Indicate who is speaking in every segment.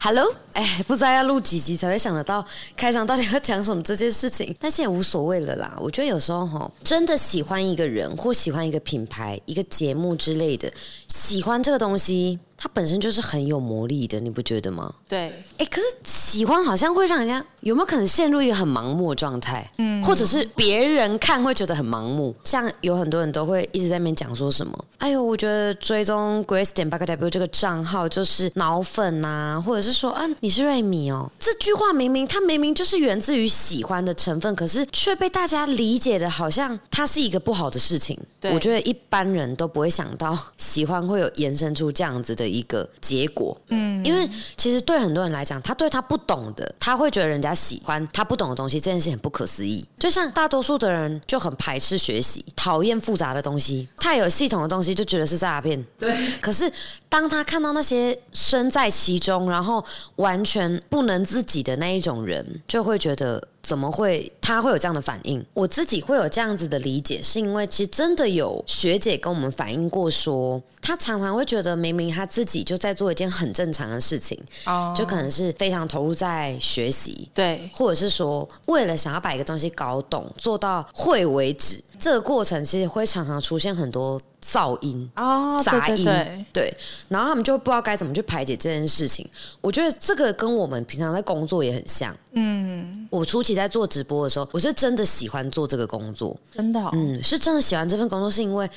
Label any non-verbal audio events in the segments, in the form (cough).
Speaker 1: Hello，哎，不知道要录几集才会想得到开场到底要讲什么这件事情，但是也无所谓了啦。我觉得有时候哈，真的喜欢一个人或喜欢一个品牌、一个节目之类的，喜欢这个东西，它本身就是很有魔力的，你不觉得吗？
Speaker 2: 对，
Speaker 1: 哎，可是喜欢好像会让人家有没有可能陷入一个很盲目的状态？嗯，或者是别人看会觉得很盲目。像有很多人都会一直在那边讲说什么，哎呦，我觉得追踪 Grace 点 b a c k W 这个账号就是脑粉呐、或者是说啊，你是瑞米哦。这句话明明它明明就是源自于喜欢的成分，可是却被大家理解的好像它是一个不好的事情。
Speaker 2: 对
Speaker 1: 我觉得一般人都不会想到喜欢会有延伸出这样子的一个结果。因为其实对很多人来讲，他对他不懂的，他会觉得人家喜欢他不懂的东西，这件事很不可思议。就像大多数的人就很排斥学习，讨厌复杂的东西，太有系统的东西就觉得是诈骗。对。可是当他看到那些身在其中，然后完全不能自己的那一种人，就会觉得。怎么会他会有这样的反应？我自己会有这样子的理解，是因为其实真的有学姐跟我们反映过说，她常常会觉得明明她自己就在做一件很正常的事情，
Speaker 2: 哦
Speaker 1: 就可能是非常投入在学习，
Speaker 2: 对，
Speaker 1: 或者是说为了想要把一个东西搞懂，做到会为止，这个过程其实会常常出现很多噪音。
Speaker 2: 哦
Speaker 1: 杂
Speaker 2: 对
Speaker 1: 音
Speaker 2: 对对
Speaker 1: 对，然后他们就不知道该怎么去排解这件事情。我觉得这个跟我们平常在工作也很像。嗯，我初期在做直播的时候，我是真的喜欢做这个工作，
Speaker 2: 真的、哦，
Speaker 1: 嗯，是真的喜欢这份工作，是因为。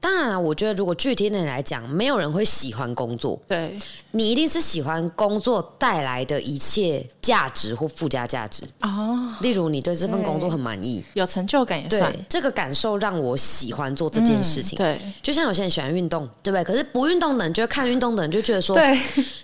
Speaker 1: 当然啊了，我觉得如果具体的来讲，没有人会喜欢工作，
Speaker 2: 对，
Speaker 1: 你一定是喜欢工作带来的一切价值或附加价值。
Speaker 2: 哦，
Speaker 1: 例如，你对这份工作很满意，
Speaker 2: 有成就感也
Speaker 1: 对
Speaker 2: 算
Speaker 1: 这个感受让我喜欢做这件事情。
Speaker 2: 嗯对
Speaker 1: 就像有些人喜欢运动，对不对？可是不运动的人，就会看运动的人就觉得说，
Speaker 2: 对，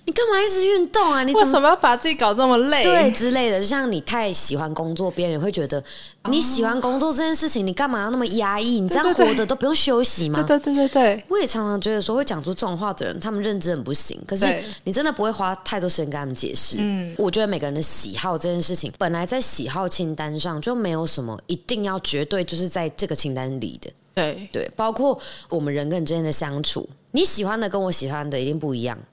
Speaker 1: 你干嘛一直运动啊？你
Speaker 2: (laughs) 为
Speaker 1: 怎么
Speaker 2: 什么要把自己搞这么累？
Speaker 1: 对，之类的，就像你太喜欢工作，别人会觉得你喜欢工作这件事情，你干嘛要那么压抑？你这样
Speaker 2: 对对对
Speaker 1: 活着都不用休息吗？
Speaker 2: 对对对对对，
Speaker 1: 我也常常觉得说，会讲出这种话的人，他们认知很不行。可是
Speaker 2: 对
Speaker 1: 你真的不会花太多时间跟他们解释。嗯，我觉得每个人的喜好这件事情，本来在喜好清单上就没有什么一定要绝对就是在这个清单里的。
Speaker 2: 对
Speaker 1: 对，包括我们人跟人之间的相处，你喜欢的跟我喜欢的一定不一样。
Speaker 2: (laughs)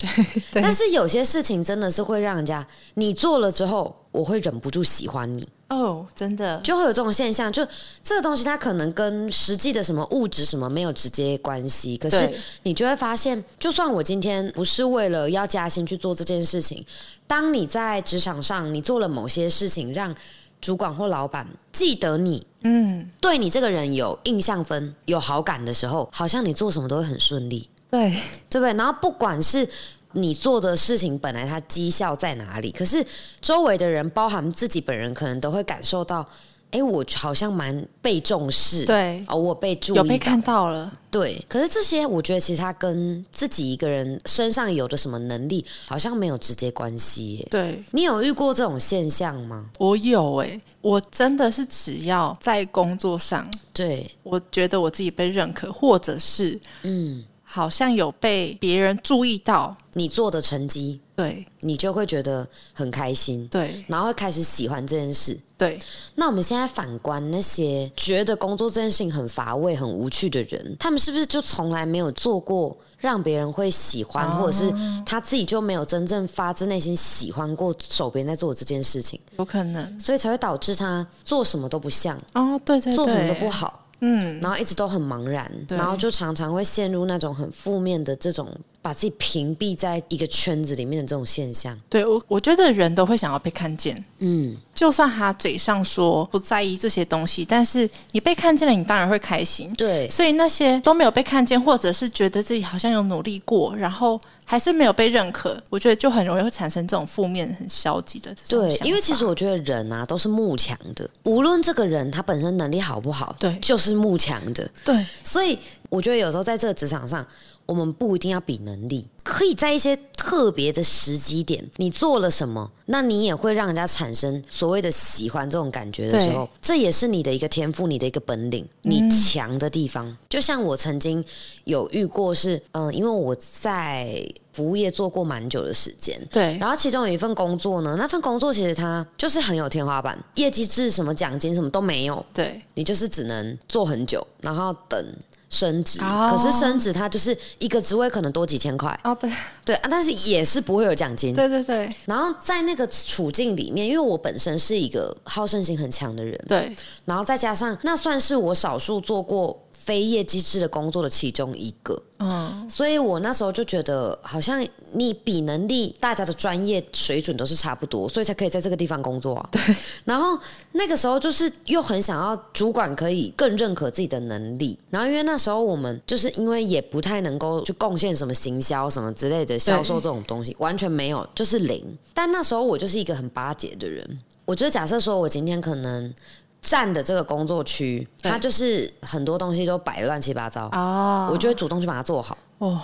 Speaker 2: 对
Speaker 1: 但是有些事情真的是会让人家，你做了之后，我会忍不住喜欢你。
Speaker 2: 哦，真的，
Speaker 1: 就会有这种现象，就这个东西它可能跟实际的什么物质什么没有直接关系，可是
Speaker 2: 对
Speaker 1: 你就会发现，就算我今天不是为了要加薪去做这件事情，当你在职场上你做了某些事情，让主管或老板记得你，
Speaker 2: 嗯，
Speaker 1: 对你这个人有印象分、有好感的时候，好像你做什么都会很顺利，
Speaker 2: 对
Speaker 1: 对不对？然后不管是你做的事情本来它绩效在哪里，可是周围的人，包含自己本人，可能都会感受到，哎，我好像蛮被重视，
Speaker 2: 对，
Speaker 1: 哦，我被注意
Speaker 2: 有
Speaker 1: 到，
Speaker 2: 被看到了，
Speaker 1: 对。可是这些，我觉得其实它跟自己一个人身上有的什么能力，好像没有直接关系耶。
Speaker 2: 对
Speaker 1: 你有遇过这种现象吗？
Speaker 2: 我有哎、我真的是只要在工作上，
Speaker 1: 对，
Speaker 2: 我觉得我自己被认可，或者是
Speaker 1: 嗯，
Speaker 2: 好像有被别人注意到，
Speaker 1: 你做的成绩，
Speaker 2: 对
Speaker 1: 你就会觉得很开心，
Speaker 2: 对
Speaker 1: 然后会开始喜欢这件事。
Speaker 2: 对，
Speaker 1: 那我们现在反观那些觉得工作这件事情很乏味、很无趣的人，他们是不是就从来没有做过让别人会喜欢，
Speaker 2: 哦
Speaker 1: 或者是他自己就没有真正发自内心喜欢过手边在做的这件事情，
Speaker 2: 有可能
Speaker 1: 所以才会导致他做什么都不像，
Speaker 2: 哦，对对对，
Speaker 1: 做什么都不，好，
Speaker 2: 嗯，
Speaker 1: 然后一直都很茫然，
Speaker 2: 对
Speaker 1: 然后就常常会陷入那种很负面的这种把自己屏蔽在一个圈子里面的这种现象。
Speaker 2: 对我我觉得人都会想要被看见，
Speaker 1: 嗯，
Speaker 2: 就算他嘴上说不在意这些东西，但是你被看见了，你当然会开心。
Speaker 1: 对，
Speaker 2: 所以那些都没有被看见，或者是觉得自己好像有努力过，然后还是没有被认可，我觉得就很容易会产生这种负面、很消极的这种
Speaker 1: 对
Speaker 2: 想，法
Speaker 1: 因为其实我觉得人啊都是慕强的，无论这个人他本身能力好不好，
Speaker 2: 对
Speaker 1: 就是慕强的。
Speaker 2: 对
Speaker 1: 所以我觉得有时候在这个职场上，我们不一定要比能力，可以在一些特别的时机点，你做了什么，那你也会让人家产生所谓的喜欢这种感觉的时候，这也是你的一个天赋，你的一个本领，
Speaker 2: 嗯
Speaker 1: 你强的地方。就像我曾经有遇过是，嗯、因为我在服务业做过蛮久的时间，
Speaker 2: 对
Speaker 1: 然后其中有一份工作呢，那份工作其实它就是很有天花板，业绩制什么奖金什么都没有，
Speaker 2: 对
Speaker 1: 你就是只能做很久，然后等升职，
Speaker 2: 哦
Speaker 1: 可是升职它就是一个职位可能多几千块，
Speaker 2: 哦，对
Speaker 1: 对啊，但是也是不会有奖金。
Speaker 2: 对对对
Speaker 1: 然后在那个处境里面，因为我本身是一个好胜心很强的人，
Speaker 2: 对，
Speaker 1: 然后再加上那算是我少数做过非业绩制的工作的其中一个，
Speaker 2: 嗯，
Speaker 1: 所以我那时候就觉得，好像你比能力，大家的专业水准都是差不多，所以才可以在这个地方工作啊。对。然后那个时候就是又很想要主管可以更认可自己的能力，啊然后因为那时候我们就是因为也不太能够去贡献什么行销什么之类的销售这种东西，完全没有，就是零。但那时候我就是一个很巴结的人，我觉得假设说我今天可能。站的这个工作区，
Speaker 2: 对
Speaker 1: 它就是很多东西都摆得乱七八糟，
Speaker 2: 哦，
Speaker 1: 我就会主动去把它做好。
Speaker 2: 哦，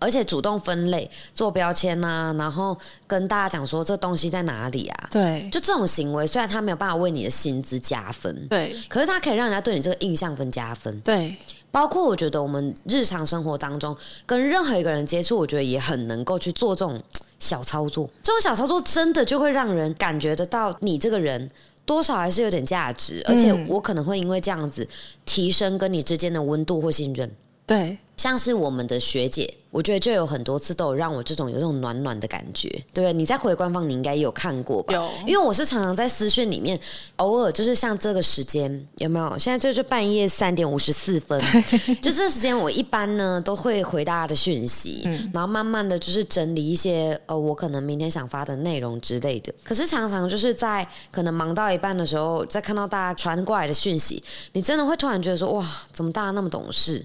Speaker 1: 而且主动分类、做标签呐、然后跟大家讲说这东西在哪里啊，
Speaker 2: 对
Speaker 1: 就这种行为，虽然他没有办法为你的薪资加分，
Speaker 2: 对
Speaker 1: 可是他可以让人家对你这个印象分加分。
Speaker 2: 对，
Speaker 1: 包括我觉得我们日常生活当中跟任何一个人接触，我觉得也很能够去做这种嘖小操作。这种小操作真的就会让人感觉得到你这个人。多少还是有点价值，而且我可能会因为这样子提升跟你之间的温度或信任。
Speaker 2: 对
Speaker 1: 像是我们的学姐，我觉得就有很多次都有让我这种有这种暖暖的感觉，对不对？你在回官方你应该也有看过吧？
Speaker 2: 有
Speaker 1: 因为我是常常在私讯里面，偶尔就是像这个时间有没有？现在就是半夜三点五十四分，就这个时间我一般呢都会回大家的讯息，然后慢慢的就是整理一些呃我可能明天想发的内容之类的。可是常常就是在可能忙到一半的时候，再看到大家传过来的讯息，你真的会突然觉得说哇，怎么大家那么懂事？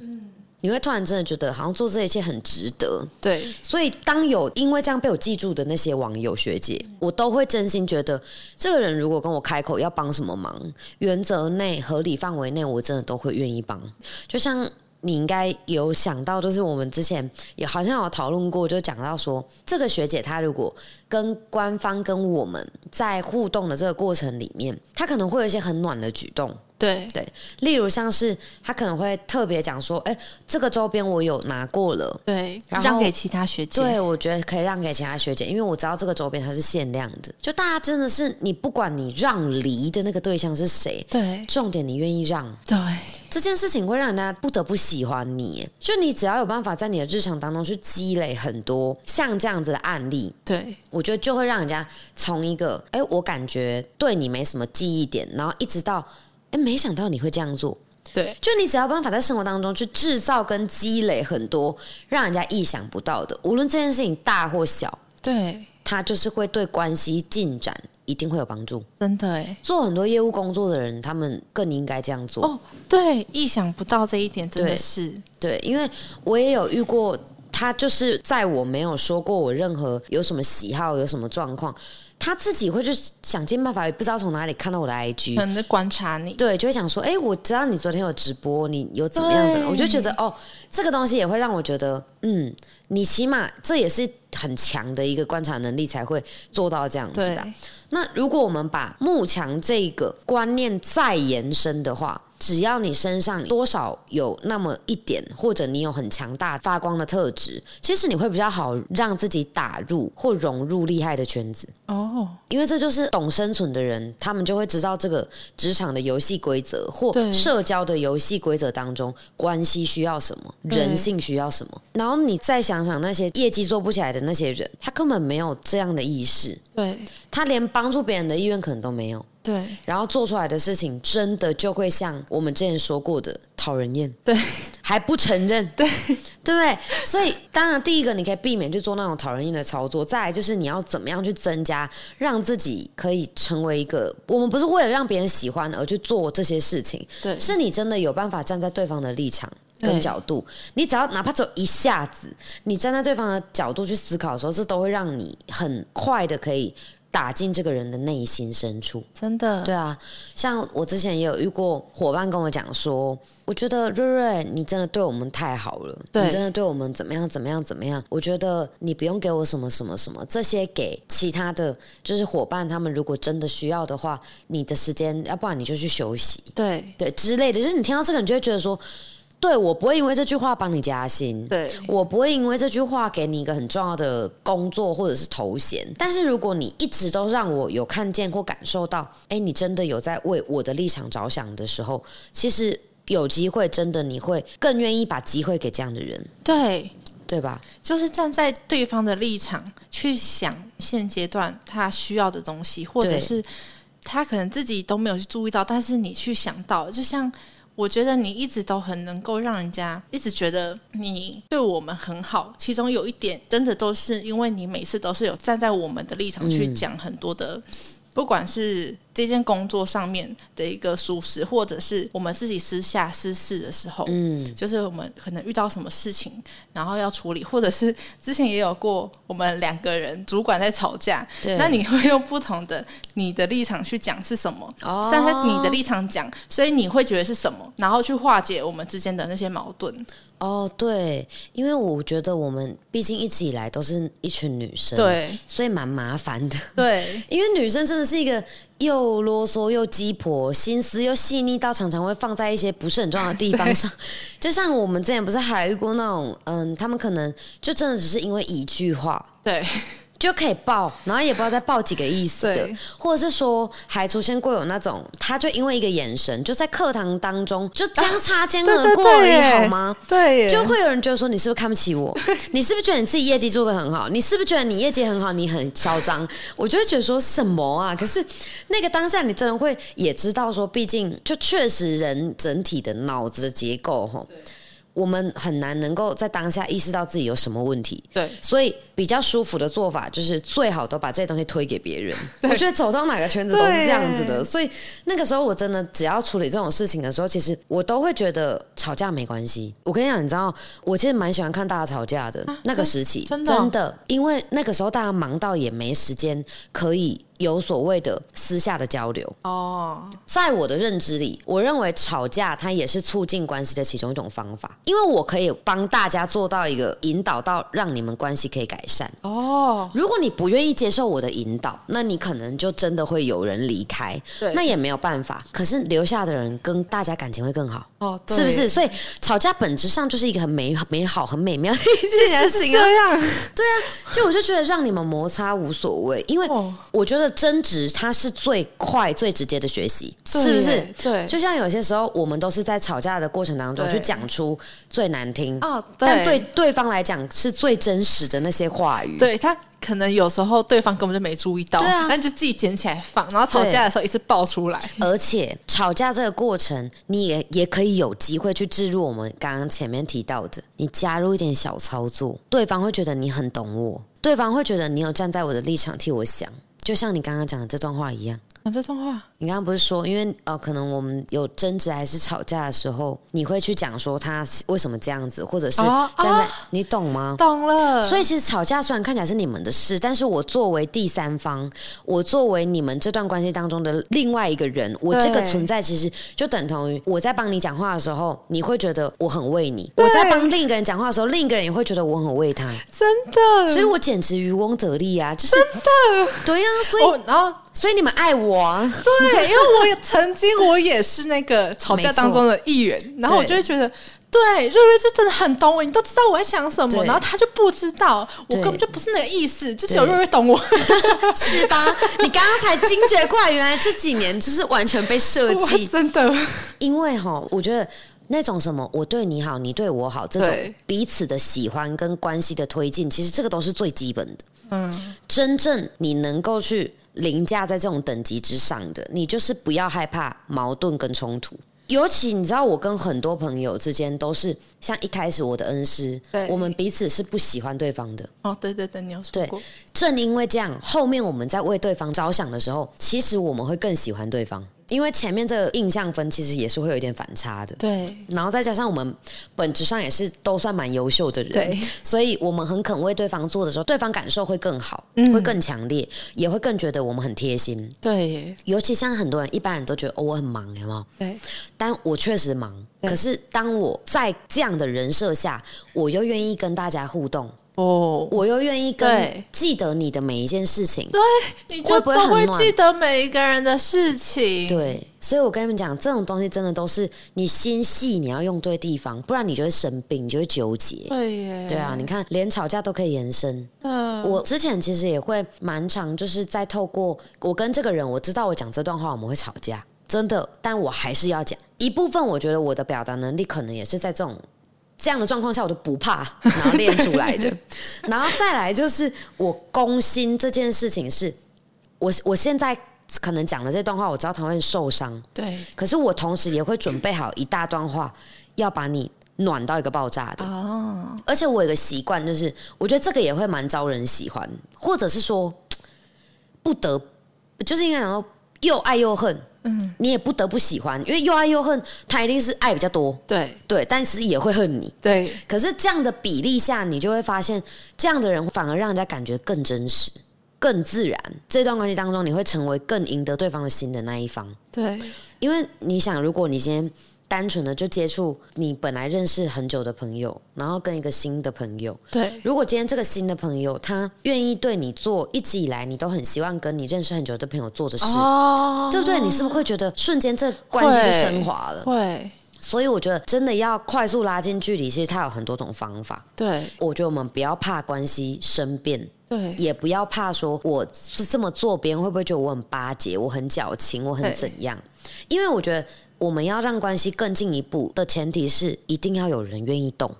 Speaker 1: 你会突然真的觉得好像做这一切很值得，
Speaker 2: 对
Speaker 1: 所以，当有因为这样被我记住的那些网友学姐，我都会真心觉得，这个人如果跟我开口要帮什么忙，原则内、合理范围内，我真的都会愿意帮。就像你应该有想到，就是我们之前也好像有讨论过，就讲到说，这个学姐她如果跟官方跟我们在互动的这个过程里面，她可能会有一些很暖的举动，
Speaker 2: 对
Speaker 1: 例如像是她可能会特别讲说，哎、这个周边我有拿过了。
Speaker 2: 对，
Speaker 1: 然
Speaker 2: 让
Speaker 1: 后
Speaker 2: 给其他学姐，
Speaker 1: 对，我觉得可以让给其他学姐，因为我知道这个周边它是限量的。就大家真的是，你不管你让梨的那个对象是谁，
Speaker 2: 对
Speaker 1: 重点你愿意让
Speaker 2: 对
Speaker 1: 这件事情，会让人家不得不喜欢你耶。就你只要有办法在你的日常当中去积累很多像这样子的案例，
Speaker 2: 对
Speaker 1: 我觉得就会让人家从一个哎、诶我感觉对你没什么记忆点，然后一直到哎、诶没想到你会这样做。
Speaker 2: 对
Speaker 1: 就你只要有办法在生活当中去制造跟积累很多让人家意想不到的，无论这件事情大或小，
Speaker 2: 对，
Speaker 1: 它就是会对关系进展一定会有帮助。
Speaker 2: 真的哎。
Speaker 1: 做很多业务工作的人，他们更应该这样做。
Speaker 2: 哦，对，意想不到这一点真的
Speaker 1: 对
Speaker 2: 是
Speaker 1: 对，因为我也有遇过，他就是在我没有说过我任何有什么喜好、有什么状况，他自己会去想尽办法，也不知道从哪里看到我的 IG，
Speaker 2: 可能在观察你，
Speaker 1: 对，就会想说，哎、我知道你昨天有直播，你有怎么样怎么样，我就觉得哦，这个东西也会让我觉得，嗯，你起码这也是很强的一个观察能力才会做到这样子
Speaker 2: 对
Speaker 1: 的啊。那如果我们把慕强这个观念再延伸的话，只要你身上多少有那么一点，或者你有很强大发光的特质，其实你会比较好让自己打入或融入厉害的圈子。
Speaker 2: 哦，
Speaker 1: 因为这就是懂生存的人，他们就会知道这个职场的游戏规则或
Speaker 2: 对
Speaker 1: 社交的游戏规则当中，关系需要什么，
Speaker 2: 对
Speaker 1: 人性需要什么。然后你再想想那些业绩做不起来的那些人，他根本没有这样的意识，
Speaker 2: 对
Speaker 1: 他连帮助别人的意愿可能都没有，
Speaker 2: 对
Speaker 1: 然后做出来的事情真的就会像我们之前说过的讨人厌，
Speaker 2: 对，
Speaker 1: 还不承认，对对不对？所以当然，第一个你可以避免去做那种讨人厌的操作，再来就是你要怎么样去增加，让自己可以成为一个，我们不是为了让别人喜欢而去做这些事情，
Speaker 2: 对
Speaker 1: 是你真的有办法站在对方的立场。
Speaker 2: 对
Speaker 1: 跟角度，你只要哪怕只有一下子，你站在对方的角度去思考的时候，这都会让你很快的可以打进这个人的内心深处。
Speaker 2: 真的
Speaker 1: 对啊，像我之前也有遇过伙伴跟我讲说，我觉得瑞瑞你真的对我们太好了，
Speaker 2: 对
Speaker 1: 你真的对我们怎么样怎么样怎么样，我觉得你不用给我什么什么什么，这些给其他的就是伙伴他们如果真的需要的话，你的时间，要不然你就去休息，
Speaker 2: 对
Speaker 1: 对之类的，就是你听到这个，你就会觉得说，对我不会因为这句话帮你加薪，
Speaker 2: 对
Speaker 1: 我不会因为这句话给你一个很重要的工作或者是头衔，但是如果你一直都让我有看见或感受到，哎，你真的有在为我的立场着想的时候，其实有机会，真的你会更愿意把机会给这样的人，
Speaker 2: 对，
Speaker 1: 对吧？
Speaker 2: 就是站在对方的立场去想现阶段他需要的东西，或者
Speaker 1: 对
Speaker 2: 是他可能自己都没有去注意到，但是你去想到，就像我觉得你一直都很能够让人家一直觉得你对我们很好，其中有一点真的都是因为你每次都是有站在我们的立场去
Speaker 1: 嗯
Speaker 2: 讲很多的。不管是这件工作上面的一个舒适，或者是我们自己私下私事的时候，
Speaker 1: 嗯，
Speaker 2: 就是我们可能遇到什么事情，然后要处理，或者是之前也有过我们两个人主管在吵架，
Speaker 1: 对。
Speaker 2: 那你会用不同的你的立场去讲是什么，
Speaker 1: 哦
Speaker 2: 站在你的立场讲，所以你会觉得是什么，然后去化解我们之间的那些矛盾。
Speaker 1: 哦，对，因为我觉得我们毕竟一直以来都是一群女生，，
Speaker 2: 对
Speaker 1: 所以蛮麻烦的。
Speaker 2: 对
Speaker 1: 因为女生真的是一个又啰嗦又鸡婆，心思又细腻，到常常会放在一些不是很重要的地方上。 (laughs) 就像我们之前不是还遇过那种，嗯，他们可能就真的只是因为一句话
Speaker 2: 对
Speaker 1: 就可以爆，然后也不知道再爆几个意思的
Speaker 2: 对，
Speaker 1: 或者是说还出现过有那种，他就因为一个眼神，就在课堂当中就将擦肩
Speaker 2: 对
Speaker 1: 而
Speaker 2: 对
Speaker 1: 过而已，
Speaker 2: 对，
Speaker 1: 好吗？？
Speaker 2: 对，
Speaker 1: 就会有人觉得说你是不是看不起我？你是不是觉得你自己业绩做得很好？你是不是觉得你业绩很好，你很嚣张？我就会觉得说什么啊？可是那个当下，你真的会也知道说，毕竟就确实人整体的脑子的结构吼，我们很难能够在当下意识到自己有什么问题。
Speaker 2: 对
Speaker 1: 所以比较舒服的做法就是最好都把这些东西推给别
Speaker 2: (laughs)
Speaker 1: 人。我觉得走到哪个圈子都是这样子的，
Speaker 2: 对
Speaker 1: 所以那个时候我真的只要处理这种事情的时候，其实我都会觉得吵架没关系。我跟你讲，你知道，我其实蛮喜欢看大家吵架的、那个时期，
Speaker 2: 啊真真的哦
Speaker 1: 因为那个时候大家忙到也没时间可以有所谓的私下的交流。
Speaker 2: 哦，
Speaker 1: 在我的认知里，我认为吵架它也是促进关系的其中一种方法，因为我可以帮大家做到一个引导到让你们关系可以改善。
Speaker 2: 哦，
Speaker 1: 如果你不愿意接受我的引导，那你可能就真的会有人离开，
Speaker 2: 对，
Speaker 1: 那也没有办法。可是留下的人跟大家感情会更好，
Speaker 2: 哦，对
Speaker 1: 是不是？？所以吵架本质上就是一个很美美好、很美妙的一
Speaker 2: 竟
Speaker 1: 件
Speaker 2: 然
Speaker 1: 事
Speaker 2: 是
Speaker 1: 情啊。
Speaker 2: 这样，
Speaker 1: 就我就觉得让你们摩擦无所谓，因为
Speaker 2: 哦
Speaker 1: 我觉得争执它是最快、最直接的学习，是不是？？
Speaker 2: 对，
Speaker 1: 就像有些时候，我们都是在吵架的过程当中
Speaker 2: 对
Speaker 1: 去讲出最难听，
Speaker 2: 啊，
Speaker 1: 哦但对对方来讲是最真实的那些话语。
Speaker 2: 对他可能有时候对方根本就没注意到，
Speaker 1: 对啊
Speaker 2: 但就自己捡起来放，然后吵架的时候一次爆出来。
Speaker 1: 而且吵架这个过程，你也也可以有机会去置入我们刚刚前面提到的，你加入一点小操作，对方会觉得你很懂我，对方会觉得你有站在我的立场替我想，就像你刚刚讲的这段话一样。
Speaker 2: 啊，这段话
Speaker 1: 你刚刚不是说，因为呃，可能我们有争执还是吵架的时候，你会去讲说他为什么这样子，或者是
Speaker 2: 哦
Speaker 1: 站在、
Speaker 2: 哦
Speaker 1: 你懂吗？
Speaker 2: 懂了，
Speaker 1: 所
Speaker 2: 以
Speaker 1: 以其实吵架虽然看起来是你们的事，但是我作为第三方，我作为你们这段关系当中的另外一个人，我这个
Speaker 2: 对
Speaker 1: 存在其实就等同于我在帮你讲话的时候，你会觉得我很为你；
Speaker 2: 对
Speaker 1: 我在帮另一个人讲话的时候，另一个人也会觉得我很为他，
Speaker 2: 真的，
Speaker 1: 所以我简直渔翁得利啊！就是真的，对呀、所以
Speaker 2: 我哦然后
Speaker 1: 所以你们爱我啊，
Speaker 2: 对，因为我也曾经我也是那个吵架当中的一
Speaker 1: (laughs)
Speaker 2: 员，然后我就会觉得。对，瑞瑞这真的很懂我，你都知道我在想什么，
Speaker 1: 对
Speaker 2: 然后他就不知道，我
Speaker 1: 对
Speaker 2: 根本就不是那个意思，就只
Speaker 1: 对
Speaker 2: 有瑞瑞懂我。
Speaker 1: 是吧？你刚刚才惊觉过来，原来这几年就是完全被设
Speaker 2: (laughs) 我
Speaker 1: 计
Speaker 2: 真的，
Speaker 1: (laughs) 因为哈，我觉得那种什么我对你好，你对我好，这种
Speaker 2: 对
Speaker 1: 彼此的喜欢跟关系的推进，其实这个都是最基本的。
Speaker 2: 嗯，
Speaker 1: 真正你能够去凌驾在这种等级之上的，你就是不要害怕矛盾跟冲突。尤其你知道，我跟很多朋友之间都是像一开始我的恩师
Speaker 2: 对，
Speaker 1: 我们彼此是不喜欢对方的。
Speaker 2: 哦，对对对，你有说
Speaker 1: 对
Speaker 2: 过，
Speaker 1: 正因为这样，后面我们在为对方着想的时候，其实我们会更喜欢对方，因为前面这个印象分其实也是会有一点反差的。
Speaker 2: 对
Speaker 1: 然后再加上我们本质上也是都算蛮优秀的人，
Speaker 2: 对，
Speaker 1: 所以我们很肯为对方做的时候，对方感受会更好，
Speaker 2: 嗯
Speaker 1: 会更强烈，也会更觉得我们很贴心。
Speaker 2: 对耶
Speaker 1: 尤其像很多人，一般人都觉得哦我很忙，有没有？
Speaker 2: 对，
Speaker 1: 但我确实忙，
Speaker 2: 对
Speaker 1: 可是当我在这样的人设下，我又愿意跟大家互动，
Speaker 2: 哦，
Speaker 1: 我又愿意跟
Speaker 2: 对
Speaker 1: 记得你的每一件事情，
Speaker 2: 你就
Speaker 1: 不会
Speaker 2: 都
Speaker 1: 很
Speaker 2: 会
Speaker 1: 暖
Speaker 2: 记得每一个人的事情。
Speaker 1: 对，所以我跟你们讲，这种东西真的都是你心细，你要用对地方，不然你就会生病，你就会纠结。
Speaker 2: 对耶，
Speaker 1: 对啊，你看，连吵架都可以延伸。
Speaker 2: 嗯，
Speaker 1: 我之前其实也会蛮常，就是在透过我跟这个人，我知道我讲这段话我们会吵架，真的，但我还是要讲。一部分我觉得我的表达能力可能也是在这种这样的状况下，我都不怕，然后练出来的。然后再来就是我攻心这件事情是，我我现在可能讲的这段话，我知道他会受伤，
Speaker 2: 对
Speaker 1: 可是我同时也会准备好一大段话，要把你暖到一个爆炸的。
Speaker 2: 哦，
Speaker 1: 而且我有个习惯，就是我觉得这个也会蛮招人喜欢，或者是说不得，就是应该讲说又爱又恨，嗯，你也不得不喜欢，因为又爱又恨，他一定是爱比较多，
Speaker 2: 对
Speaker 1: 对，但其实也会恨你。
Speaker 2: 对，
Speaker 1: 可是这样的比例下，你就会发现，这样的人反而让人家感觉更真实、更自然。这段关系当中，你会成为更赢得对方的心的那一方。
Speaker 2: 对
Speaker 1: 因为你想，如果你今天单纯的就接触你本来认识很久的朋友，然后跟一个新的朋友，
Speaker 2: 对
Speaker 1: 如果今天这个新的朋友他愿意对你做一直以来你都很希望跟你认识很久的朋友做的事，
Speaker 2: 哦，
Speaker 1: 对不对？你是不是会觉得瞬间这关系就升华了？
Speaker 2: 会
Speaker 1: 所以我觉得真的要快速拉近距离，其实它有很多种方法。
Speaker 2: 对
Speaker 1: 我觉得我们不要怕关系生变，
Speaker 2: 对
Speaker 1: 也不要怕说我是这么做，别人会不会觉得我很巴结、我很矫情、我很
Speaker 2: 对
Speaker 1: 怎样？因为我觉得我们要让关系更进一步的前提是，一定要有人愿意
Speaker 2: (laughs)
Speaker 1: 动，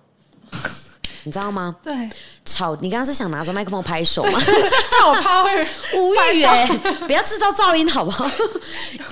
Speaker 1: 你知道吗？
Speaker 2: 对， (laughs)
Speaker 1: 吵，你刚刚是想拿着麦克风拍手吗？ (laughs)
Speaker 2: 但我怕会
Speaker 1: 无语哎、不要制造噪音好不好？ (laughs)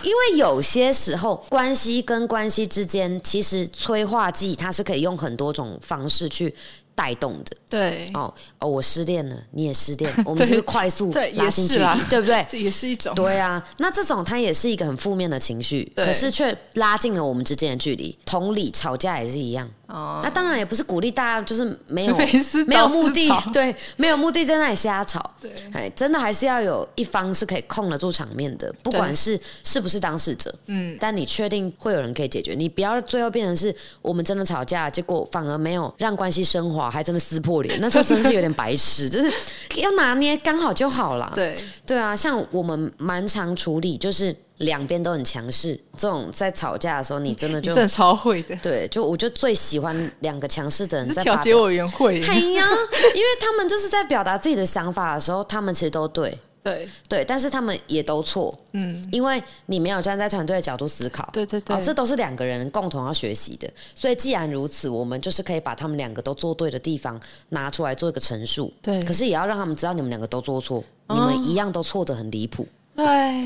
Speaker 1: 因为有些时候关系跟关系之间，其实催化剂它是可以用很多种方式去带动的。
Speaker 2: (laughs) 对
Speaker 1: 哦哦，我失恋了，你也失恋，我们是不是快速
Speaker 2: (laughs) 对也
Speaker 1: 拉近距
Speaker 2: 是
Speaker 1: 离
Speaker 2: 啦，
Speaker 1: 对不对？
Speaker 2: (laughs) 这也是一种
Speaker 1: 对啊，那这种它也是一个很负面的情绪，
Speaker 2: 对
Speaker 1: 可是却拉近了我们之间的距离。同理，吵架也是一样。
Speaker 2: 哦
Speaker 1: 那当然也不是鼓励大家就是没
Speaker 2: (laughs)
Speaker 1: 有
Speaker 2: 没事
Speaker 1: 没有
Speaker 2: 找事
Speaker 1: 目的
Speaker 2: 吵，
Speaker 1: 对，没有目的在那里瞎吵。
Speaker 2: 对
Speaker 1: 哎，真的还是要有一方是可以控得住场面的，不
Speaker 2: 对
Speaker 1: 管是是不是当事者，嗯，但你确定会有人可以解决，你不要最后变成是我们真的吵架，结果反而没有让关系升华，还真的撕破脸，那这真是有点白痴，就是要拿捏刚好就好啦。
Speaker 2: 对
Speaker 1: 对啊，像我们蛮常处理，就是两边都很强势，这种在吵架的时候，你真的
Speaker 2: 你
Speaker 1: 就
Speaker 2: 真的超会的，
Speaker 1: 对，就我就最喜欢两个强势的人
Speaker 2: 你是
Speaker 1: 在
Speaker 2: 调
Speaker 1: 发
Speaker 2: 解
Speaker 1: 表。
Speaker 2: 委员会耶，
Speaker 1: 哎呀，因为他们就是在表达自己的想法的时候，他们其实都对，
Speaker 2: 对
Speaker 1: 对，但是他们也都错，
Speaker 2: 嗯，
Speaker 1: 因为你没有站在团队的角度思考。
Speaker 2: 对对对
Speaker 1: 哦，这都是两个人共同要学习的。所以既然如此，我们就是可以把他们两个都做对的地方拿出来做一个陈述。
Speaker 2: 对哦
Speaker 1: 可是也要让他们知道你们两个都做错，你们一样都错的很离谱，
Speaker 2: 对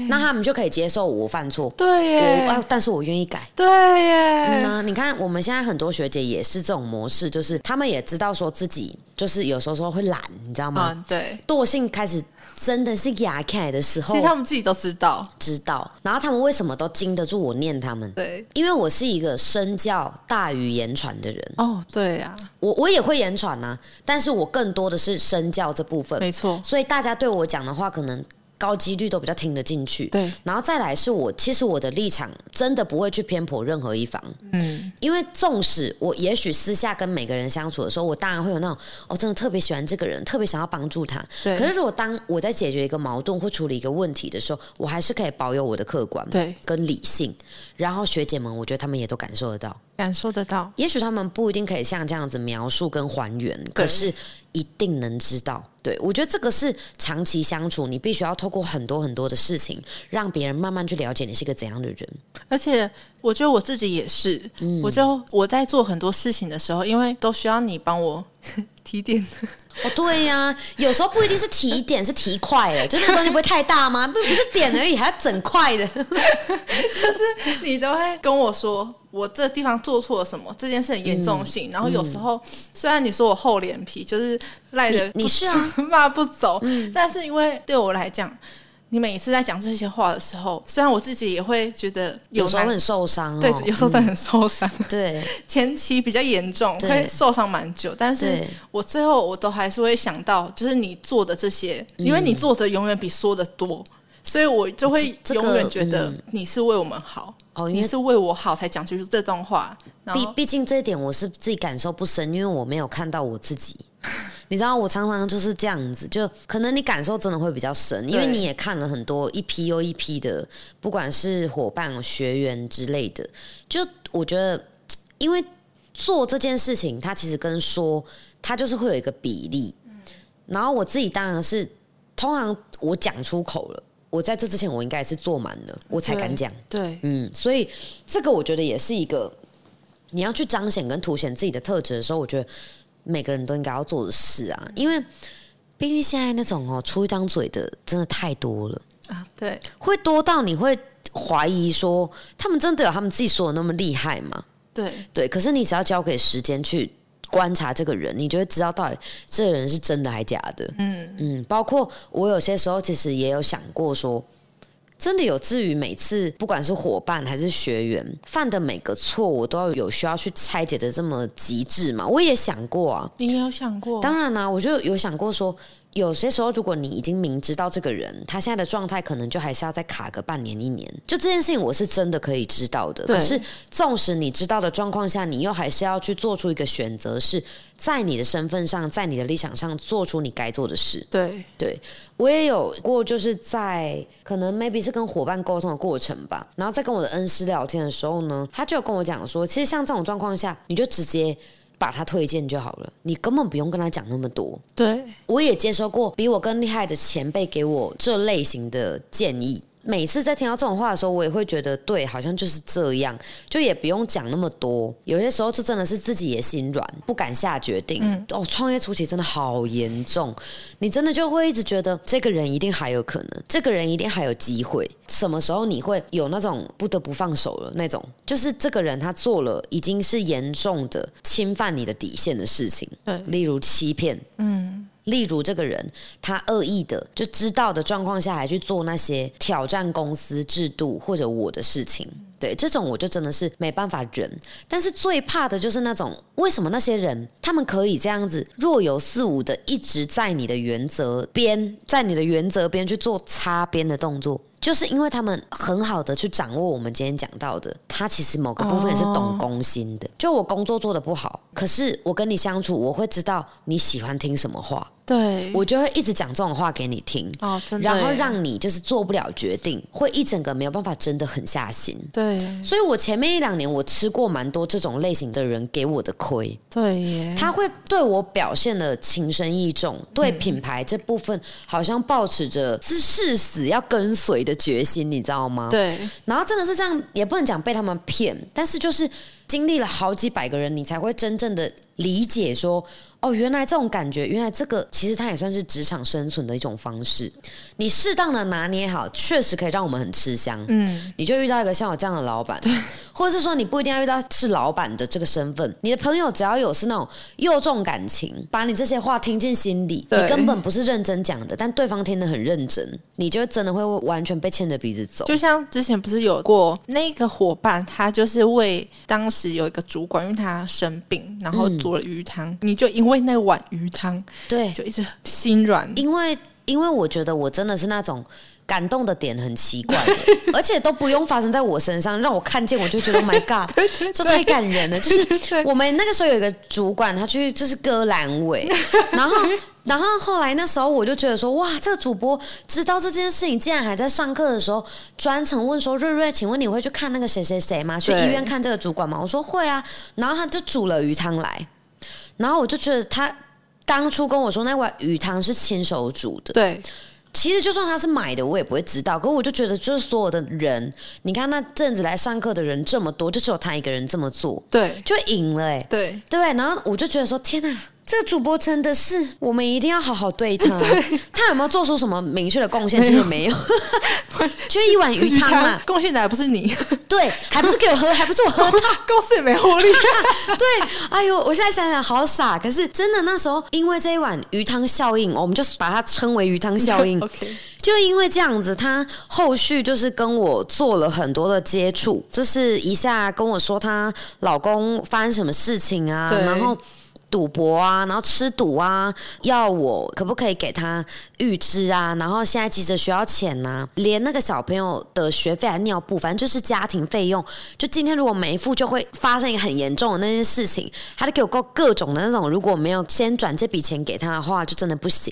Speaker 1: 那他们就可以接受我犯错，
Speaker 2: 嗯对
Speaker 1: 我
Speaker 2: 耶
Speaker 1: 啊，但是我愿意改。
Speaker 2: 对
Speaker 1: 嗯
Speaker 2: 耶，
Speaker 1: 啊，你看我们现在很多学姐也是这种模式，就是他们也知道说自己就是有时候说会懒，你知道吗？
Speaker 2: 嗯对，
Speaker 1: 惰性开始真的是压起来的时候
Speaker 2: 其实，他们自己都知道，
Speaker 1: 知道。然后他们为什么都经得住我念他们？
Speaker 2: 对
Speaker 1: 因为我是一个身教大于言传的人，
Speaker 2: 哦对呀，
Speaker 1: 我我也会言传呐、但是我更多的是身教这部分，
Speaker 2: 没错，
Speaker 1: 所以大家对我讲的话，可能高几率都比较听得进去。
Speaker 2: 对
Speaker 1: 然后再来是我，其实我的立场真的不会去偏颇任何一方，
Speaker 2: 嗯
Speaker 1: 因为纵使我也许私下跟每个人相处的时候，我当然会有那种哦，真的特别喜欢这个人，特别想要帮助他。
Speaker 2: 对
Speaker 1: 可是如果当我在解决一个矛盾或处理一个问题的时候，我还是可以保有我的客观
Speaker 2: 对，
Speaker 1: 跟理性。然后学姐们，我觉得她们也都感受得到，
Speaker 2: 感受得到，
Speaker 1: 也许他们不一定可以像这样子描述跟还原，
Speaker 2: 对
Speaker 1: 可是一定能知道。对我觉得这个是长期相处，你必须要透过很多很多的事情，让别人慢慢去了解你是个怎样的人。
Speaker 2: 而且我觉得我自己也是，我就我在做很多事情的时候，因为都需要你帮我 (laughs) 提点，
Speaker 1: 哦，对呀、有时候不一定是提 (laughs) 点，是提块哎，就那个东西不会太大吗？不不是点而已，还要整块的。
Speaker 2: 你都会跟我说我这地方做错了什么，这件事很严重性。然后有时候、虽然你说我厚脸皮，就是嗯赖着
Speaker 1: 你
Speaker 2: 不
Speaker 1: 你是啊
Speaker 2: (laughs) 骂不走，但是因为对我来讲，你每一次在讲这些话的时候，虽然我自己也会嗯觉得
Speaker 1: 有时候
Speaker 2: 难
Speaker 1: 很受伤、哦，
Speaker 2: 对，有时候真的很受伤。
Speaker 1: 对
Speaker 2: 前期比较严重，
Speaker 1: 对
Speaker 2: 会受伤蛮久，但是
Speaker 1: 对
Speaker 2: 我最后我都还是会想到，就是你做的这些，因为你做的永远比说的多，所以我就会
Speaker 1: 这这个
Speaker 2: 永远觉得你是为我们好，
Speaker 1: 哦，因
Speaker 2: 你
Speaker 1: 为
Speaker 2: 是嗯为我好才讲出这段话，然
Speaker 1: 毕
Speaker 2: 后
Speaker 1: 毕竟这一点我是自己感受不深，因为我没有看到我自己。 (laughs) 你知道，我常常就是这样子，就可能你感受真的会比较深，因为
Speaker 2: 对
Speaker 1: 你也看了很多一批又一批的，不管是伙伴、学员之类的。就我觉得，因为做这件事情，它其实跟说，它就是会有一个比例。然后我自己当然是，通常我讲出口了，我在这之前我应该也是做满了，我才敢讲。
Speaker 2: 对，
Speaker 1: 嗯，所以这个我觉得也是一个你要去彰显跟凸显自己的特质的时候，我觉得每个人都应该要做的事啊，因为毕竟现在那种哦出一张嘴的真的太多了，
Speaker 2: 啊，对，
Speaker 1: 会多到你会怀疑说他们真的有他们自己说的那么厉害吗？
Speaker 2: 对，
Speaker 1: 对，可是你只要交给时间去观察这个人，你就会知道到底这个人是真的还假的。嗯嗯，包括我有些时候其实也有想过说，真的有至于每次不管是伙伴还是学员犯的每个错，我都要有需要去拆解的这么极致嘛？我也想过啊，
Speaker 2: 你也有想过？
Speaker 1: 当然啦、我就有想过说，有些时候如果你已经明知道这个人他现在的状态，可能就还是要再卡个半年一年。就这件事情，我是真的可以知道的。
Speaker 2: 对
Speaker 1: 可是，纵使你知道的状况下，你又还是要去做出一个选择，是在你的身份上，在你的立场上做出你该做的事。
Speaker 2: 对，
Speaker 1: 对我也有过，就是在可能 maybe 是跟伙伴沟通的过程吧，然后在跟我的恩师聊天的时候呢，他就有跟我讲说，其实像这种状况下，你就直接把他推荐就好了，你根本不用跟他讲那么多。
Speaker 2: 对，
Speaker 1: 我也接收过比我更厉害的前辈给我这类型的建议。每次在听到这种话的时候，我也会觉得对，好像就是这样，就也不用讲那么多。有些时候就真的是自己也心软，不敢下决定。哦，创业初期真的好严重，你真的就会一直觉得这个人一定还有可能，这个人一定还有机会。什么时候你会有那种不得不放手了那种？就是这个人他做了已经是严重的侵犯你的底线的事情，
Speaker 2: 对
Speaker 1: 例如欺骗，
Speaker 2: 嗯，
Speaker 1: 例如这个人他恶意的就知道的状况下，还去做那些挑战公司制度或者我的事情。对，这种我就真的是没办法忍。但是最怕的就是那种，为什么那些人他们可以这样子若有似无的一直在你的原则边，在你的原则边去做擦边的动作，就是因为他们很好的去掌握我们今天讲到的，他其实某个部分也是懂攻心的。就我工作做的不好，可是我跟你相处，我会知道你喜欢听什么话，
Speaker 2: 对，
Speaker 1: 我就会一直讲这种话给你听，
Speaker 2: 哦，真的耶，
Speaker 1: 然后让你就是做不了决定，会一整个没有办法真的狠下心。
Speaker 2: 对
Speaker 1: 所以我前面一两年我吃过蛮多这种类型的人给我的亏，
Speaker 2: 对耶，
Speaker 1: 他会对我表现的情深意重，对
Speaker 2: 嗯
Speaker 1: 品牌这部分好像抱持着是誓死要跟随的决心，你知道吗？。
Speaker 2: 对
Speaker 1: 然后真的是这样，也不能讲被他们骗，但是就是经历了好几百个人，你才会真正的理解说，哦，原来这种感觉，原来这个其实它也算是职场生存的一种方式。你适当的拿捏好，确实可以让我们很吃香。
Speaker 2: 嗯，
Speaker 1: 你就遇到一个像我这样的老板，或者是说你不一定要遇到是老板的这个身份，你的朋友只要有是那种又重感情，把你这些话听进心里，你
Speaker 2: 对
Speaker 1: 根本不是认真讲的，但对方听得很认真，你就真的会完全被牵着鼻子走。
Speaker 2: 就像之前不是有过那个伙伴，他就是为当时有一个主管，因为他生病，然后煮了鱼汤，你就因为那碗鱼汤
Speaker 1: 对，
Speaker 2: 就一直心软，
Speaker 1: 因为因为我觉得我真的是那种感动的点很奇怪的，而且都不用发生在我身上，让我看见我就觉得 Oh my God，就太感人了。就是我们那个时候有一个主管，他去就是割阑尾，然后。然后后来那时候我就觉得说，哇，这个主播知道这件事情，竟然还在上课的时候专程问说，瑞瑞，请问你会去看那个谁谁谁吗？去
Speaker 2: 对
Speaker 1: 医院看这个主管吗？我说会啊，然后他就煮了鱼汤来，然后我就觉得他当初跟我说那碗鱼汤是亲手煮的，
Speaker 2: 对
Speaker 1: 其实就算他是买的，我也不会知道。可我就觉得，就是所有的人，你看那阵子来上课的人这么多，就只有他一个人这么做，
Speaker 2: 对
Speaker 1: 就赢了哎、欸，
Speaker 2: 对
Speaker 1: 对不对？然后我就觉得说，天哪！这个主播真的是，我们一定要好好 (laughs) 对他。他有没有做出什么明确的贡献？其实没有， (laughs) 就一碗鱼汤啊嘛。
Speaker 2: 贡献的还不是你， (laughs)
Speaker 1: 对，还不是给我喝，还不是我喝汤。
Speaker 2: 公司也没活力，。
Speaker 1: (laughs) 对，哎呦，我现在想想好傻。可是真的那时候，因为这一碗鱼汤效应，我们就把它称为鱼汤效应
Speaker 2: OK， (laughs)
Speaker 1: 就因为这样子，他后续就是跟我做了很多的接触，就是一下跟我说她老公发生什么事情啊，
Speaker 2: 对
Speaker 1: 然后。赌博啊，然后吃赌啊，要我可不可以给他预支啊？然后现在急着需要钱呐、连那个小朋友的学费还尿布，反正就是家庭费用。就今天如果没付，就会发生一个很严重的那件事情。他就给我各各种的那种，如果没有先转这笔钱给他的话，就真的不行。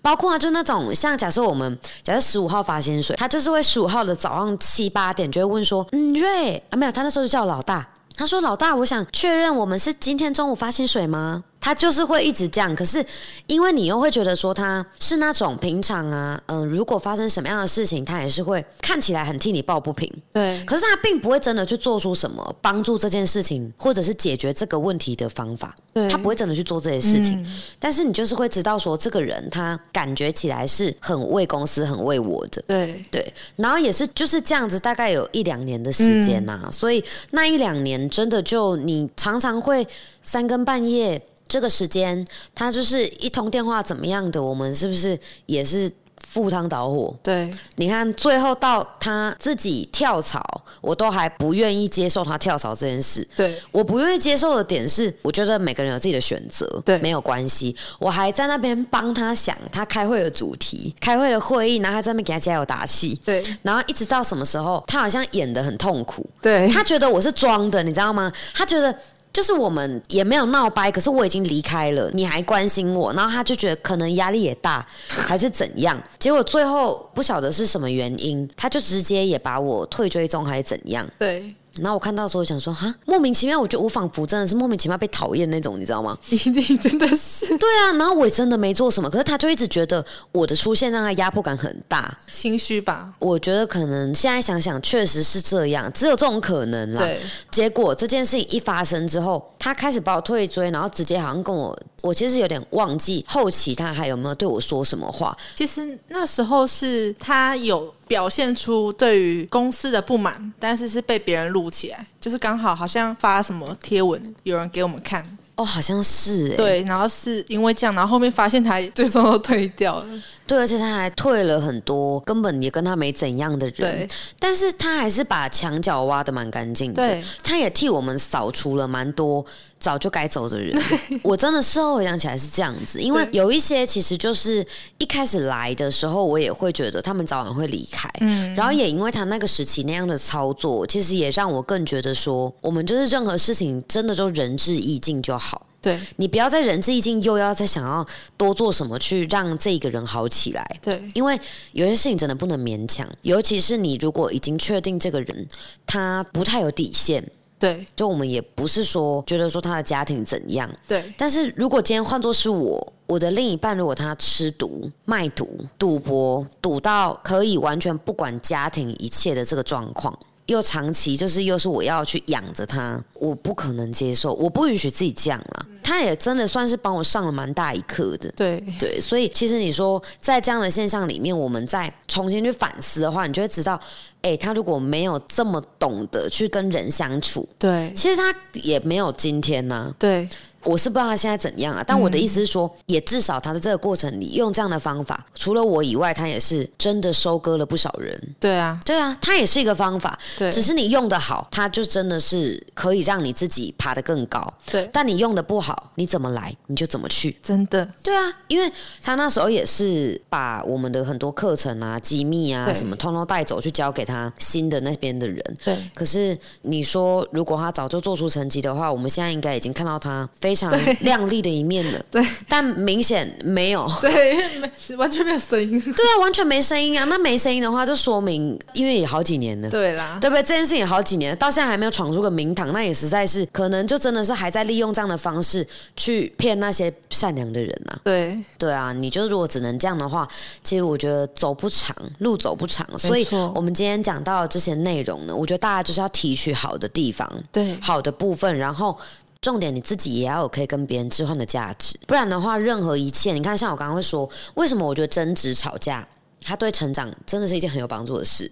Speaker 1: 包括啊，就那种像假设我们假设十五号发薪水，他就是会十五号的早上七八点就会问说，嗯，瑞啊，没有，他那时候就叫我老大。他说：“老大，我想确认我们是今天中午发薪水吗？”他就是会一直这样。可是因为你又会觉得说他是那种平常啊，嗯、如果发生什么样的事情，他也是会看起来很替你抱不平，
Speaker 2: 对，
Speaker 1: 可是他并不会真的去做出什么帮助这件事情，或者是解决这个问题的方法。
Speaker 2: 对
Speaker 1: 他不会真的去做这些事情，
Speaker 2: 嗯
Speaker 1: 但是你就是会知道说，这个人他感觉起来是很为公司、很为我的。
Speaker 2: 对，
Speaker 1: 对，然后也是就是这样子，大概有一两年的时间
Speaker 2: 嗯
Speaker 1: 呐、所以那一两年真的就你常常会三更半夜这个时间，他就是一通电话怎么样的，我们是不是也是赴汤蹈火？
Speaker 2: 对，
Speaker 1: 你看，最后到他自己跳槽，我都还不愿意接受他跳槽这件事。
Speaker 2: 对，
Speaker 1: 我不愿意接受的点是，我觉得每个人有自己的选择，
Speaker 2: 对
Speaker 1: 没有关系。我还在那边帮他想他开会的主题，开会的会议，然后还在那边给他加油打气。
Speaker 2: 对，
Speaker 1: 然后一直到什么时候，他好像演的很痛苦， (laughs)
Speaker 2: 对，
Speaker 1: 他觉得我是装的，你知道吗？他觉得。就是我们也没有闹掰，可是我已经离开了，你还关心我，然后他就觉得可能压力也大，还是怎样？结果最后不晓得是什么原因，他就直接也把我退追踪还是怎样？
Speaker 2: 对，
Speaker 1: 然后我看到的时候我想说，哈，莫名其妙，我觉得我仿佛真的是莫名其妙被讨厌那种，你知道吗？
Speaker 2: (laughs) 你你真的是
Speaker 1: 对啊，然后我也真的没做什么，可是他就一直觉得我的出现让他压迫感很大，
Speaker 2: 心虚吧？
Speaker 1: 我觉得可能现在想想，确实是这样，只有这种可能啦。
Speaker 2: 对，
Speaker 1: 结果这件事情一发生之后，他开始把我退追，然后直接好像跟我，我其实有点忘记后期他还有没有对我说什么话。
Speaker 2: 其实那时候是他有表现出对于公司的不满，但是是被别人录起来，就是刚好好像发什么贴文，有人给我们看，
Speaker 1: 哦，好像是、欸，
Speaker 2: 对，然后是因为这样，然后后面发现他最终都退掉了，
Speaker 1: 对，而且他还退了很多根本也跟他没怎样的人
Speaker 2: 对，
Speaker 1: 但是他还是把墙角挖的蛮干净的
Speaker 2: 对，
Speaker 1: 他也替我们扫除了蛮多早就该走的
Speaker 2: (laughs)
Speaker 1: 人。我真的事后回想起来是这样子，因为
Speaker 2: 对
Speaker 1: 有一些其实就是一开始来的时候，我也会觉得他们早晚会离开，
Speaker 2: 嗯，
Speaker 1: 然后也因为他那个时期那样的操作，其实也让我更觉得说，我们就是任何事情真的就仁至义尽就好。
Speaker 2: 对
Speaker 1: 你不要再仁至义尽，又要再想要多做什么去让这个人好起来。
Speaker 2: 对
Speaker 1: 因为有些事情真的不能勉强，尤其是你如果已经确定这个人他不太有底线，
Speaker 2: 对
Speaker 1: 就我们也不是说觉得说他的家庭怎样，
Speaker 2: 对
Speaker 1: 但是如果今天换作是我，我的另一半如果他吃毒、卖毒、赌博，赌到可以完全不管家庭一切的这个状况。又长期就是又是我要去养着他，我不可能接受，我不允许自己这样啦。他也真的算是帮我上了蛮大一课的，
Speaker 2: 对
Speaker 1: 对，所以其实你说在这样的现象里面，我们再重新去反思的话，你就会知道，哎、他如果没有这么懂得去跟人相处，
Speaker 2: 对
Speaker 1: 其实他也没有今天呢、
Speaker 2: 对
Speaker 1: 我是不知道他现在怎样啊，但我的意思
Speaker 2: 嗯
Speaker 1: 是说，也至少他在这个过程里用这样的方法，除了我以外，他也是真的收割了不少人。
Speaker 2: 对啊，
Speaker 1: 对啊，他也是一个方法，
Speaker 2: 对，
Speaker 1: 只是你用的好，他就真的是可以让你自己爬得更高。
Speaker 2: 对，
Speaker 1: 但你用的不好，你怎么来你就怎么去。
Speaker 2: 真的
Speaker 1: 对啊，因为他那时候也是把我们的很多课程啊、机密啊
Speaker 2: 对
Speaker 1: 什么，通通带走去交给他新的那边的人。
Speaker 2: 对
Speaker 1: 可是你说，如果他早就做出成绩的话，我们现在应该已经看到他非常
Speaker 2: 对
Speaker 1: 亮丽的一面了。
Speaker 2: (laughs) 对
Speaker 1: 但明显没有。
Speaker 2: 对，因为没完全没有声音，
Speaker 1: 对啊，完全没声音啊！ (laughs) 那没声音的话，就说明因为也好几年了。
Speaker 2: 对啦，
Speaker 1: 对不对？这件事情也好几年了，到现在还没有闯出个名堂，那也实在是可能就真的是还在利用这样的方式去骗那些善良的人啊。
Speaker 2: 对
Speaker 1: 对啊，你就如果只能这样的话，其实我觉得走不长，路走不长。所以
Speaker 2: 错
Speaker 1: 我们今天讲到的这些内容呢，我觉得大家就是要提取好的地方，
Speaker 2: 对
Speaker 1: 好的部分，然后。重点你自己也要有可以跟别人置换的价值，不然的话，任何一切，你看，像我刚刚会说，为什么我觉得争执、吵架，它对成长真的是一件很有帮助的事，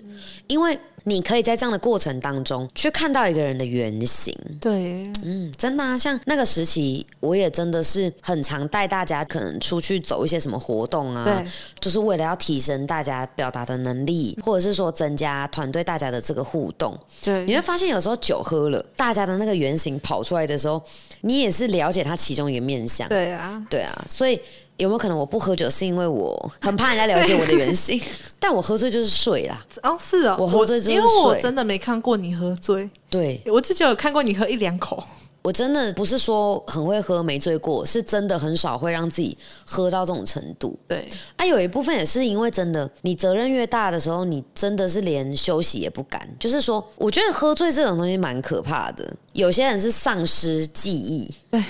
Speaker 1: 因为你可以在这样的过程当中去看到一个人的原型，
Speaker 2: 对
Speaker 1: 嗯，真的啊，像那个时期，我也真的是很常带大家可能出去走一些什么活动啊
Speaker 2: 对，
Speaker 1: 就是为了要提升大家表达的能力，或者是说增加团队大家的这个互动。你
Speaker 2: 对
Speaker 1: 会发现，有时候酒喝了，大家的那个原型跑出来的时候，你也是了解它其中一个面相。
Speaker 2: 对啊，
Speaker 1: 对啊，所以有没有可能我不喝酒是因为我很怕人家了解我的原型？ (laughs) 但我喝醉就是睡啦。
Speaker 2: 哦是哦，
Speaker 1: 我喝醉就是
Speaker 2: 因为我
Speaker 1: 水
Speaker 2: 真的没看过你喝醉，
Speaker 1: 对，
Speaker 2: 我之前有看过你喝一两口，
Speaker 1: 我真的不是说很会喝没醉过，是真的很少会让自己喝到这种程度。
Speaker 2: 对，
Speaker 1: 啊，有一部分也是因为真的，你责任越大的时候，你真的是连休息也不敢。就是说，我觉得喝醉这种东西蛮可怕的。有些人是丧失记忆，
Speaker 2: 对，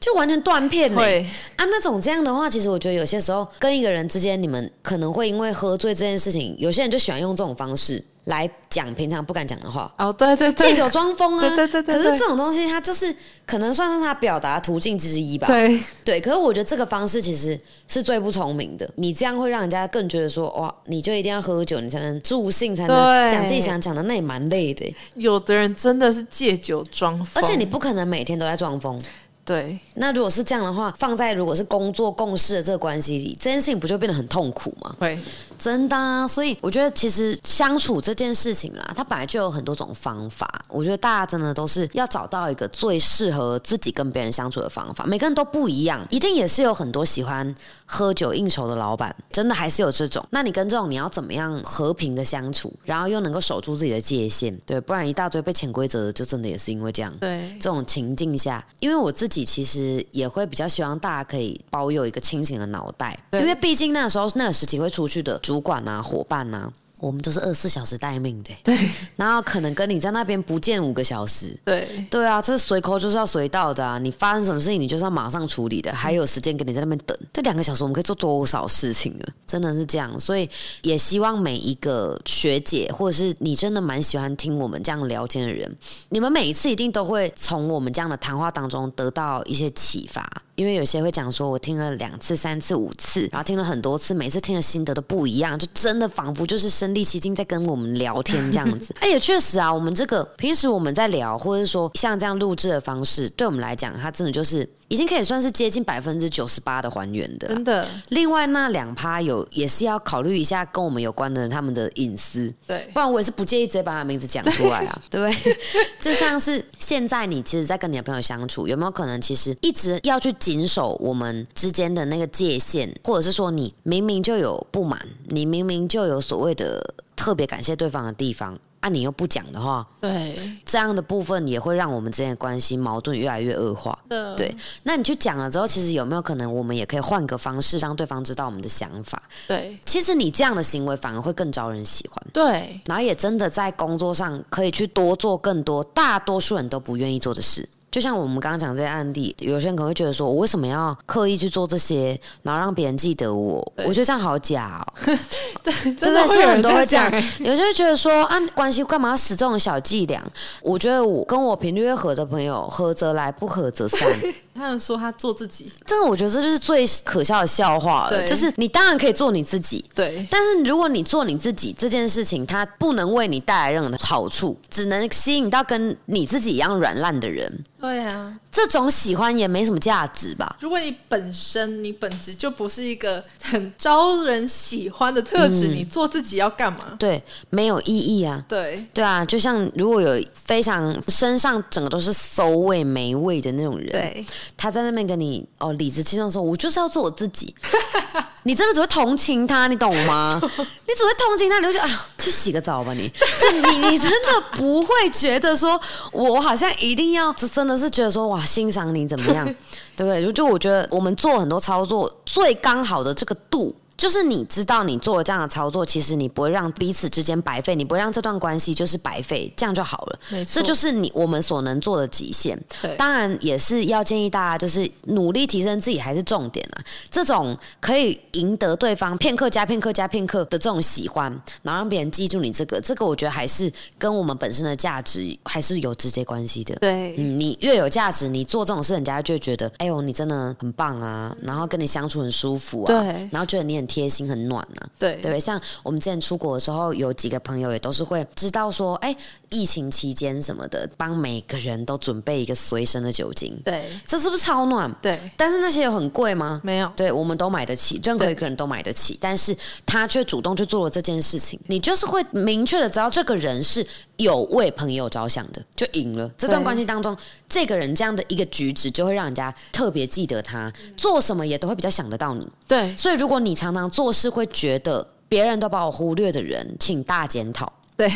Speaker 1: 就完全断片了、
Speaker 2: 会
Speaker 1: 啊。那种这样的话，其实我觉得有些时候跟一个人之间，你们可能会因为喝醉这件事情，有些人就喜欢用这种方式来讲平常不敢讲的话。
Speaker 2: 哦，对对
Speaker 1: 借
Speaker 2: 对，
Speaker 1: 酒装疯啊！
Speaker 2: 对对对对
Speaker 1: 可是
Speaker 2: 对
Speaker 1: 这种东西，它就是可能算是他表达途径之一吧。
Speaker 2: 对
Speaker 1: 对，可是我觉得这个方式其实是最不聪明的。你这样会让人家更觉得说，哇，你就一定要喝酒，你才能助兴，才能
Speaker 2: 对
Speaker 1: 讲自己想讲的，那也蛮累的。欸
Speaker 2: 有的人真的是借酒装
Speaker 1: 而
Speaker 2: 疯，
Speaker 1: 且你不可能每天都在装疯。
Speaker 2: 对
Speaker 1: 那如果是这样的话，放在如果是工作共事的这个关系里，这件事情不就变得很痛苦吗？
Speaker 2: 会
Speaker 1: 真的啊，所以我觉得其实相处这件事情啦，它本来就有很多种方法。我觉得大家真的都是要找到一个最适合自己跟别人相处的方法，每个人都不一样，一定也是有很多喜欢喝酒应酬的老板，真的还是有这种。那你跟这种你要怎么样和平的相处，然后又能够守住自己的界限，对，不然一大堆被潜规则的，就真的也是因为这样。
Speaker 2: 对
Speaker 1: 这种情境下，因为我自己其实也会比较希望大家可以保有一个清醒的脑袋，因
Speaker 2: 对
Speaker 1: 为毕竟那时候那个时期会出去的主管啊、伙伴啊，我们都是二十四小时待命的、
Speaker 2: 对
Speaker 1: 然后可能跟你在那边不见五个小时。
Speaker 2: 对
Speaker 1: 对啊，这随口就是要随到的啊！你发生什么事情，你就是要马上处理的，还有时间给你在那边等。这两个小时我们可以做多少事情啊？真的是这样，所以也希望每一个学姐，或者是你真的蛮喜欢听我们这样聊天的人，你们每一次一定都会从我们这样的谈话当中得到一些启发，因为有些会讲说，我听了两次、三次、五次，然后听了很多次，每次听的心得都不一样，就真的仿佛就是身临其境在跟我们聊天这样子。哎， (laughs) 也确实啊，我们这个平时我们在聊，或者说像这样录制的方式，对我们来讲，它真的就是已经可以算是接近百分之九十八的还原的啦。
Speaker 2: 真的
Speaker 1: 另外那两趴有也是要考虑一下跟我们有关的人他们的隐私，
Speaker 2: 对
Speaker 1: 不然我也是不介意直接把他的名字讲出来啊，对不对？就像是现在你其实，在跟你的朋友相处，有没有可能其实一直要去谨守我们之间的那个界限，或者是说你明明就有不满，你明明就有所谓的特别感谢对方的地方，啊，你又不讲的话，
Speaker 2: 对
Speaker 1: 这样的部分也会让我们之间的关系矛盾越来越恶化。
Speaker 2: 的
Speaker 1: 对，那你去讲了之后，其实有没有可能我们也可以换个方式让对方知道我们的想法？
Speaker 2: 对
Speaker 1: 其实你这样的行为反而会更招人喜欢。
Speaker 2: 对
Speaker 1: 然后也真的在工作上可以去多做更多大多数人都不愿意做的事。就像我们刚刚讲这些案例，有些人可能会觉得说，我为什么要刻意去做这些，然后让别人记得我？
Speaker 2: 对
Speaker 1: 我觉得这样好假哦。
Speaker 2: 对，
Speaker 1: 对
Speaker 2: (laughs) 真
Speaker 1: 不对？是
Speaker 2: 的会
Speaker 1: 不是
Speaker 2: 有
Speaker 1: 很
Speaker 2: 人
Speaker 1: 多
Speaker 2: 在
Speaker 1: 会这
Speaker 2: 讲
Speaker 1: 样，有些人觉得说啊，关系干嘛要使这种小伎俩？我觉得我跟我频率越合的朋友，合则来，不合则
Speaker 2: (laughs)
Speaker 1: 散。
Speaker 2: 他们说他做自己，
Speaker 1: 真的，我觉得这就是最可笑的笑话了。
Speaker 2: 对
Speaker 1: 就是你当然可以做你自己，
Speaker 2: 对
Speaker 1: 但是如果你做你自己这件事情，它不能为你带来任何的好处，只能吸引到跟你自己一样软烂的人。
Speaker 2: 对啊。
Speaker 1: 这种喜欢也没什么价值吧？
Speaker 2: 如果你本身你本质就不是一个很招人喜欢的特
Speaker 1: 嗯
Speaker 2: 质，你做自己要干嘛？
Speaker 1: 对，没有意义啊。
Speaker 2: 对
Speaker 1: 对啊，就像如果有非常身上整个都是馊味、霉味的那种人，
Speaker 2: 对
Speaker 1: 他在那边跟你哦理直气壮地说：“我就是要做我自己。” (laughs) 你真的只会同情他，你懂吗？你只会同情他，你会觉得哎呀，去洗个澡吧你。就你你真的不会觉得说，我好像一定要，这真的是觉得说哇，欣赏你怎么样，对不对？就就我觉得我们做很多操作，最刚好的这个度。就是你知道你做了这样的操作，其实你不会让彼此之间白费，你不会让这段关系就是白费，这样就好了。
Speaker 2: 没错
Speaker 1: 这就是你我们所能做的极限。
Speaker 2: 对
Speaker 1: 当然也是要建议大家，就是努力提升自己还是重点啊。这种可以赢得对方片刻加片刻加片刻的这种喜欢，然后让别人记住你这个，这个我觉得还是跟我们本身的价值还是有直接关系的。
Speaker 2: 对
Speaker 1: 嗯，你越有价值，你做这种事，人家就会觉得，哎呦，你真的很棒啊，然后跟你相处很舒服啊，
Speaker 2: 对
Speaker 1: 然后觉得你很贴心、很暖啊，
Speaker 2: 嗯对
Speaker 1: 对，像我们之前出国的时候，有几个朋友也都是会知道说，哎，疫情期间什么的，帮每个人都准备一个随身的酒精，
Speaker 2: 对
Speaker 1: 这是不是超暖？
Speaker 2: 对，
Speaker 1: 但是那些有很贵吗？
Speaker 2: 没有
Speaker 1: 对，我们都买得起，任何一个人都买得起，但是他却主动去做了这件事情，你就是会明确的知道这个人是有为朋友着想的，就赢了。这段
Speaker 2: 对
Speaker 1: 关系当中，这个人这样的一个举止，就会让人家特别记得他，
Speaker 2: 嗯
Speaker 1: 做什么也都会比较想得到你。
Speaker 2: 对
Speaker 1: 所以，如果你常常做事会觉得别人都把我忽略的人，请大检讨。
Speaker 2: 对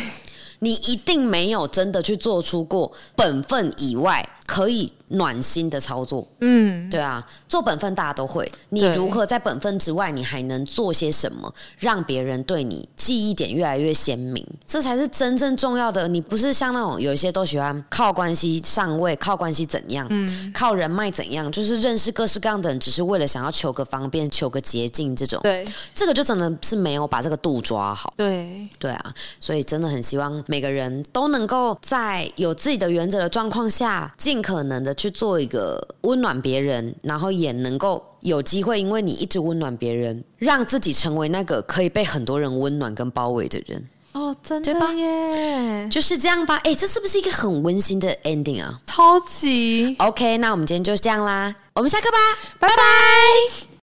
Speaker 1: 你一定没有真的去做出过本分以外可以暖心的操作。
Speaker 2: 嗯，
Speaker 1: 对啊，做本分大家都会。你
Speaker 2: 对
Speaker 1: 如何在本分之外，你还能做些什么，让别人对你记忆点越来越鲜明？这才是真正重要的。你不是像那种有一些都喜欢靠关系上位，靠关系怎
Speaker 2: 嗯
Speaker 1: 样，靠人脉怎样，就是认识各式各样的人，只是为了想要求个方便、求个捷径这种。
Speaker 2: 对
Speaker 1: 这个就真的是没有把这个度抓好。
Speaker 2: 对，
Speaker 1: 对啊，所以真的很希望每个人都能够在有自己的原则的状况下，尽可能的去做一个温暖别人，然后也能够有机会，因为你一直温暖别人，让自己成为那个可以被很多人温暖跟包围的人，
Speaker 2: 哦，真
Speaker 1: 对吧
Speaker 2: 的耶，
Speaker 1: 就是这样吧。哎，这是不是一个很温馨的 ending 啊
Speaker 2: 超级，
Speaker 1: ？OK，那我们今天就这样啦，我们下课吧，
Speaker 2: 拜拜。